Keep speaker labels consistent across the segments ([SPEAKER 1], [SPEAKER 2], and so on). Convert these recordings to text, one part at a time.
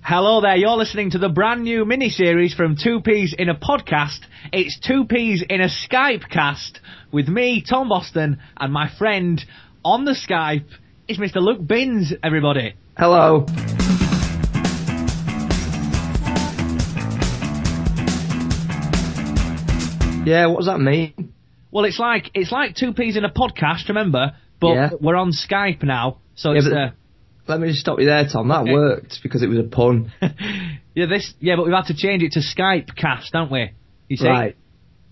[SPEAKER 1] Hello there, you're listening to the brand new mini-series from Two Peas in a Podcast. It's Two Peas in a Skype cast with me, Tom Boston, and my friend on the Skype is Mr. Luke Binns, everybody.
[SPEAKER 2] Hello. Yeah, what does that mean?
[SPEAKER 1] Well, it's like it's like Two Peas in a Podcast, remember? But
[SPEAKER 2] Yeah.
[SPEAKER 1] we're on Skype now, so
[SPEAKER 2] Yeah,
[SPEAKER 1] it's...
[SPEAKER 2] but-
[SPEAKER 1] Uh,
[SPEAKER 2] Let me just stop you there, Tom. That
[SPEAKER 1] Okay.
[SPEAKER 2] worked because it was a pun.
[SPEAKER 1] uh, yeah, this. Yeah, but we've had to change it to Skype cast, haven't we? You see?
[SPEAKER 2] Right.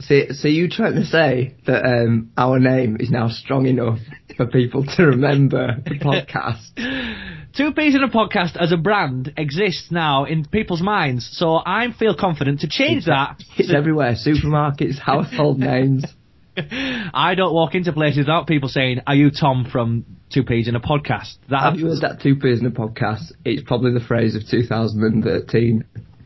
[SPEAKER 2] See, so you trying to say that um, our name is now strong enough for people to remember the podcast?
[SPEAKER 1] Two Peas in a Podcast as a brand exists now in people's minds, so I feel confident to change that.
[SPEAKER 2] It's everywhere: supermarkets, household names.
[SPEAKER 1] I don't walk into places without people saying, "Are you Tom from Two Peas in a Podcast?" That
[SPEAKER 2] Have you heard that two peas in a podcast? It's probably the phrase of 2013.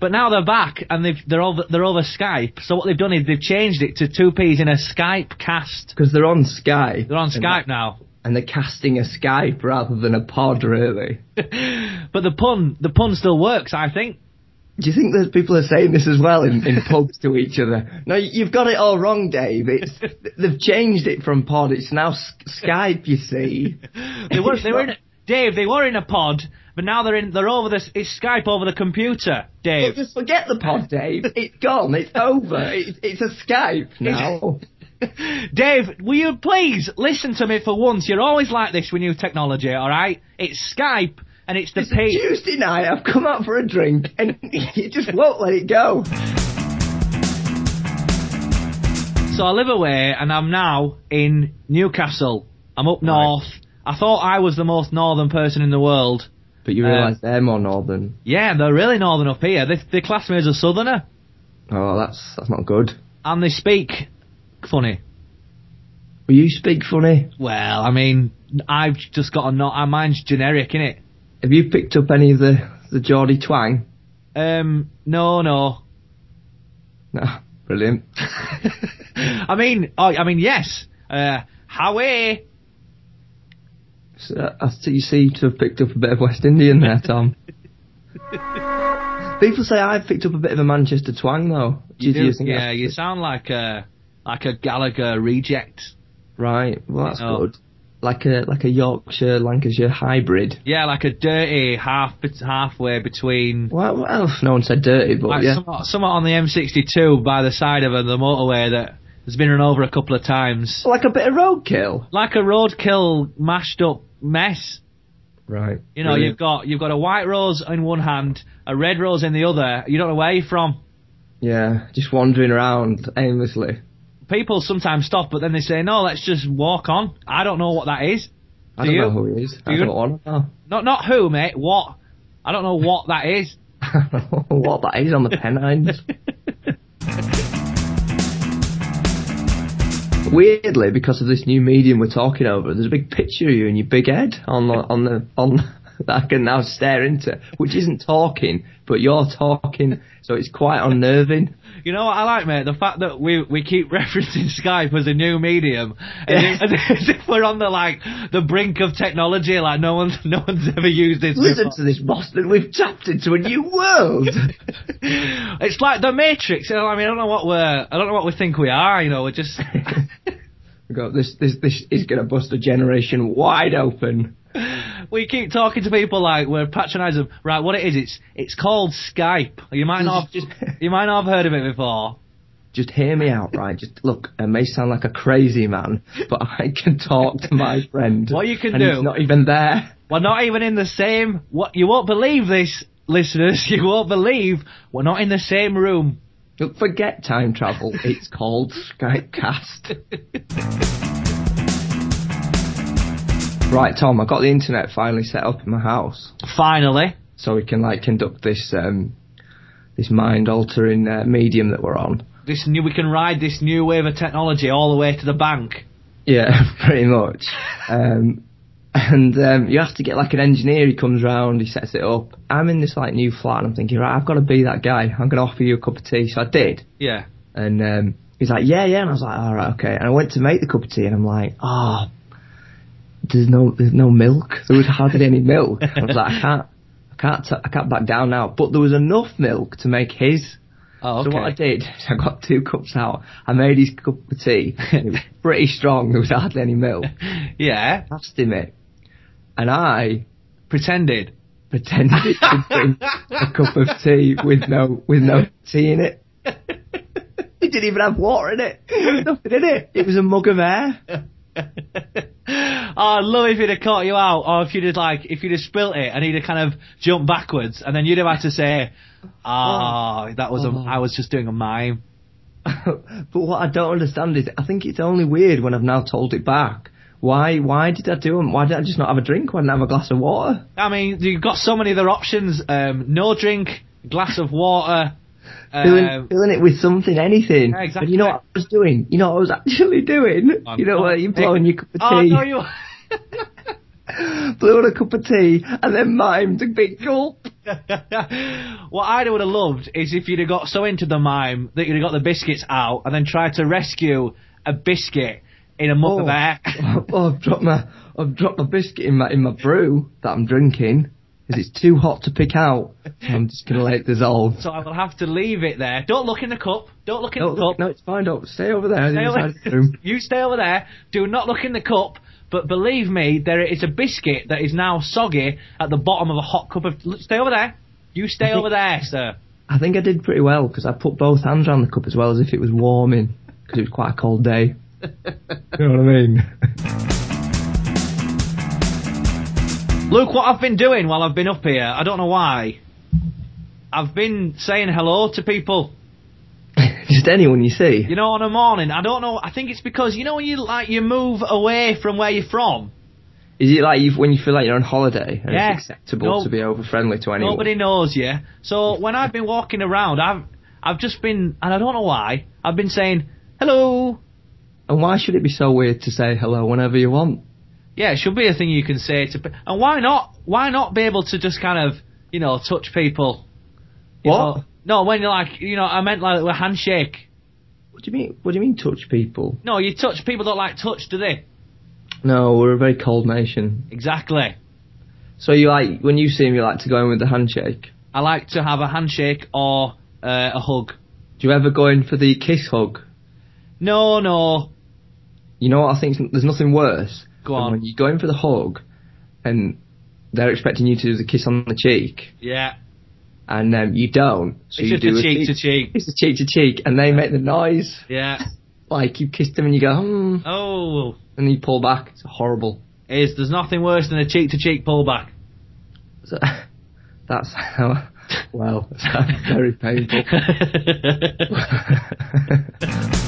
[SPEAKER 1] but now they're back and they've, they're over they're over Skype. So what they've done is they've changed it to Two Peas in a Skype Cast.
[SPEAKER 2] Because they're on Skype.
[SPEAKER 1] They're on
[SPEAKER 2] And-
[SPEAKER 1] Skype now.
[SPEAKER 2] and they're casting a Skype rather than a pod, really.
[SPEAKER 1] But the pun the pun still works, I think.
[SPEAKER 2] Do you think that people are saying this as well in, in pubs to each other? No, y- you've got it all wrong, Dave. It's, they've changed it from pod. It's now s- Skype, you see.
[SPEAKER 1] They were they were in a, Dave. They were in a pod, but now they're in. They're over this. It's Skype over the computer, Dave.
[SPEAKER 2] Just forget the pod, Dave. It's gone. It's over. It's, it's a Skype now.
[SPEAKER 1] Dave, will you please listen to me for once? You're always like this with new technology, all right? It's Skype and it's the
[SPEAKER 2] It's a
[SPEAKER 1] P.
[SPEAKER 2] Tuesday night. I've come out for a drink, and you just won't let it go.
[SPEAKER 1] So I live away and I'm now in Newcastle. I'm up north. I thought I was the most northern person in the world.
[SPEAKER 2] But you
[SPEAKER 1] Um,
[SPEAKER 2] realise they're more northern.
[SPEAKER 1] Yeah, they're really northern up here. They, they class me as a southerner
[SPEAKER 2] Oh, that's that's not good.
[SPEAKER 1] and they speak funny.
[SPEAKER 2] Will you speak funny?
[SPEAKER 1] Well, I mean, I've just got a not. Mine's generic, innit?
[SPEAKER 2] Have you picked up any of the the Geordie twang?
[SPEAKER 1] Um, no, no.
[SPEAKER 2] No, brilliant.
[SPEAKER 1] I mean, oh, I mean, yes. Uh, eh? Howie.
[SPEAKER 2] So, I see you seem to have picked up a bit of West Indian there, Tom. People say I've picked up a bit of a Manchester twang, though. Do do think
[SPEAKER 1] yeah,
[SPEAKER 2] that's-
[SPEAKER 1] you sound like a like a Gallagher reject.
[SPEAKER 2] Right. Well, that's
[SPEAKER 1] No.
[SPEAKER 2] good. Like a like a Yorkshire Lancashire hybrid.
[SPEAKER 1] Yeah, like a dirty half bet- halfway between.
[SPEAKER 2] Well, well, no one said dirty, but
[SPEAKER 1] Like
[SPEAKER 2] yeah.
[SPEAKER 1] somewhat, somewhat on the M62 by the side of the motorway that has been run over a couple of times.
[SPEAKER 2] Like a bit of roadkill.
[SPEAKER 1] Like a roadkill mashed up mess.
[SPEAKER 2] Right.
[SPEAKER 1] You know, you've got you've got a white rose in one hand, a red rose in the other. You don't know where you're from.
[SPEAKER 2] Yeah, just wandering around aimlessly.
[SPEAKER 1] People sometimes stop, but then they say, "No, let's just walk on." I don't know what that is.
[SPEAKER 2] I
[SPEAKER 1] Do
[SPEAKER 2] don't
[SPEAKER 1] you?
[SPEAKER 2] know who he is. I
[SPEAKER 1] Do you?
[SPEAKER 2] don't want to know.
[SPEAKER 1] Not not who, mate. What? I don't know what that is.
[SPEAKER 2] I don't know what that is on the Pennines. Weirdly, because of this new medium we're talking over, there's a big picture of you and your big head on the on the on that I can now stare into, which isn't talking, but you're talking, so it's quite unnerving.
[SPEAKER 1] You know what I like, mate? The fact that we we keep referencing Skype as a new medium, and,
[SPEAKER 2] Yeah.
[SPEAKER 1] as as if we're on the like the brink of technology, like no one's no one's ever used this.
[SPEAKER 2] Listen
[SPEAKER 1] before.
[SPEAKER 2] to this, Boston. We've tapped into a new world.
[SPEAKER 1] It's like the Matrix. You know, I mean, I don't know what we're I don't know what we think we are. You know, we're just.
[SPEAKER 2] We've got this. This this is going to bust a generation wide open.
[SPEAKER 1] We keep talking to people like we're patronising them. Right, what it is? It's it's called Skype. You might not have just, you might not have heard of it before.
[SPEAKER 2] just hear me out, right? Just look, I may sound like a crazy man, but I can talk to my friend.
[SPEAKER 1] What you can
[SPEAKER 2] and
[SPEAKER 1] do-
[SPEAKER 2] He's not even there.
[SPEAKER 1] We're not even in the same. What you won't believe this, listeners. You won't believe we're not in the same room.
[SPEAKER 2] Look, forget time travel. It's called Skypecast. right, Tom, I got the internet finally set up in my house,
[SPEAKER 1] Finally,
[SPEAKER 2] so we can like conduct this um, this mind-altering uh, medium that we're on.
[SPEAKER 1] this new we can ride this new wave of technology all the way to the bank.
[SPEAKER 2] Yeah, pretty much. Um, and um, you have to get like an engineer. He comes round, he sets it up. I'm in this like new flat, and I'm thinking, right, I've got to be that guy. I'm going to offer you a cup of tea. So I did,
[SPEAKER 1] Yeah.
[SPEAKER 2] and um, he's like, yeah, yeah, and I was like, all right, okay. And I went to make the cup of tea, and I'm like, ah, there's no there's no milk. There was hardly any milk. I was like, I can't, I can't, t- I can't back down now. But there was enough milk to make his.
[SPEAKER 1] Oh, okay.
[SPEAKER 2] So what I did, is I got two cups out. I made his cup of tea. It was pretty strong. There was hardly any milk.
[SPEAKER 1] Yeah.
[SPEAKER 2] Passed him it, and I
[SPEAKER 1] Pretended.
[SPEAKER 2] pretended to drink a cup of tea with no with no tea in it. It didn't even have water in it. There was Nothing in it. It was a mug of air.
[SPEAKER 1] oh, I'd love if he'd have caught you out, or if you'd have like, if you'd have spilt it, and he'd have kind of jumped backwards, and then you'd have had to say, "Ah, that was a,
[SPEAKER 2] Oh.
[SPEAKER 1] I was just doing a mime."
[SPEAKER 2] but what I don't understand is, I think it's only weird when I've now told it back. Why? Why did I do it? Why did I just not have a drink? Why didn't I have a glass of water?
[SPEAKER 1] I mean, you've got so many other options: um, no drink, glass of water.
[SPEAKER 2] filling,
[SPEAKER 1] Um,
[SPEAKER 2] filling it with something, anything.
[SPEAKER 1] Yeah,
[SPEAKER 2] But you know what I was doing? You know what I was actually doing?
[SPEAKER 1] I'm
[SPEAKER 2] you know
[SPEAKER 1] not
[SPEAKER 2] what? You
[SPEAKER 1] taking-
[SPEAKER 2] blowing your cup of tea.
[SPEAKER 1] um, oh no, you.
[SPEAKER 2] Blew on a cup of tea and then mimed a big gulp.
[SPEAKER 1] what I would have loved is if you'd have got so into the mime that you'd have got the biscuits out and then tried to rescue a biscuit in a mug of air.
[SPEAKER 2] oh, I've dropped my I've dropped my biscuit in my in my brew that I'm drinking because it's too hot to pick out. I'm just gonna let it dissolve.
[SPEAKER 1] So I will have to leave it there. Don't look in the cup. Don't look in
[SPEAKER 2] No,
[SPEAKER 1] the cup.
[SPEAKER 2] look, no, it's fine. Don't stay over there.
[SPEAKER 1] Stay
[SPEAKER 2] Stay
[SPEAKER 1] over-
[SPEAKER 2] the room.
[SPEAKER 1] you stay over there. Do not look in the cup. But believe me, there is a biscuit that is now soggy at the bottom of a hot cup of. Look, Stay over there. You stay over there, sir.
[SPEAKER 2] I think I did pretty well because I put both hands around the cup as well as if it was warming because it was quite a cold day. you know what I mean?
[SPEAKER 1] Luke, what I've been doing while I've been up here, I don't know why. I've been saying hello to people.
[SPEAKER 2] just anyone you see.
[SPEAKER 1] You know, on a morning. I don't know. I think it's because you know when you like you move away from where you're from.
[SPEAKER 2] Is it like you've, when you feel like you're on holiday and
[SPEAKER 1] Yeah.
[SPEAKER 2] it's acceptable
[SPEAKER 1] No-
[SPEAKER 2] to be over friendly to anyone?
[SPEAKER 1] Nobody knows you. So when I've been walking around, I've I've just been, and I don't know why. I've been saying hello.
[SPEAKER 2] And why should it be so weird to say hello whenever you want?
[SPEAKER 1] Yeah, it should be a thing you can say to. pe- And why not? Why not be able to just kind of you know touch people? You
[SPEAKER 2] What?
[SPEAKER 1] know? No, when you're like you know, I meant like a handshake.
[SPEAKER 2] What do you mean? What do you mean touch people?
[SPEAKER 1] No, you touch people don't like touch, do they?
[SPEAKER 2] No, we're a very cold nation.
[SPEAKER 1] Exactly.
[SPEAKER 2] So you like when you see him, you like to go in with the handshake.
[SPEAKER 1] I like to have a handshake or uh, a hug.
[SPEAKER 2] Do you ever go in for the kiss hug?
[SPEAKER 1] No, no.
[SPEAKER 2] You know what I think? There's nothing worse.
[SPEAKER 1] Go
[SPEAKER 2] than
[SPEAKER 1] on.
[SPEAKER 2] When you go in for the hug, and they're expecting you to do the kiss on the cheek,
[SPEAKER 1] Yeah.
[SPEAKER 2] and um, you don't. So
[SPEAKER 1] It's
[SPEAKER 2] you
[SPEAKER 1] just
[SPEAKER 2] do
[SPEAKER 1] a cheek to cheek.
[SPEAKER 2] It's a cheek to cheek, and they make the noise
[SPEAKER 1] Yeah.
[SPEAKER 2] like you kissed them, and you go, hmm,
[SPEAKER 1] Oh.
[SPEAKER 2] and you pull back. It's horrible.
[SPEAKER 1] Is there's nothing worse than a cheek to cheek pullback.
[SPEAKER 2] So, that's how. Well, that's very painful.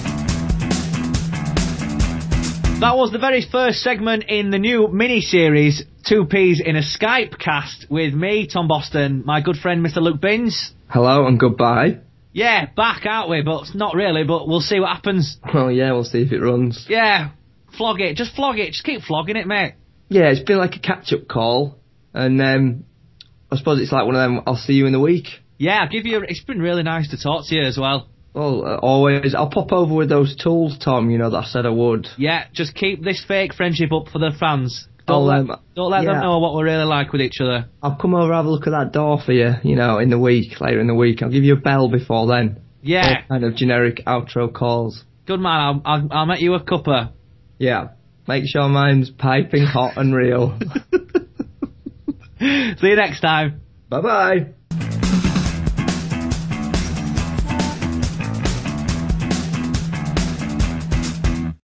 [SPEAKER 1] That was the very first segment in the new mini series, Two Peas in a Skype cast, with me, Tom Boston, my good friend Mr. Luke Binns.
[SPEAKER 2] Hello and goodbye.
[SPEAKER 1] Yeah, back, aren't we? But not really, but we'll see what happens.
[SPEAKER 2] Well, yeah, we'll see if it runs.
[SPEAKER 1] Yeah, flog it. Just flog it. Just keep flogging it, mate.
[SPEAKER 2] Yeah, it's been like a catch-up call, and um, I suppose it's like one of them. I'll see you in the week.
[SPEAKER 1] Yeah, I'll give you. It's been really nice to talk to you as well.
[SPEAKER 2] Well, uh, always. I'll pop over with those tools, Tom. You know that I said I would.
[SPEAKER 1] Yeah, just keep this fake friendship up for the fans. Don't
[SPEAKER 2] Oh,
[SPEAKER 1] let,
[SPEAKER 2] um,
[SPEAKER 1] don't let them
[SPEAKER 2] yeah.
[SPEAKER 1] know what we're really like with each other.
[SPEAKER 2] I'll come over have a look at that door for you. You know, in the week, later in the week. I'll give you a bell before then.
[SPEAKER 1] Yeah,
[SPEAKER 2] All kind of generic outro calls.
[SPEAKER 1] good man. I'll, I'll, I'll make you a cuppa.
[SPEAKER 2] Yeah. Make sure mine's piping hot and real.
[SPEAKER 1] See you next time.
[SPEAKER 2] bye bye.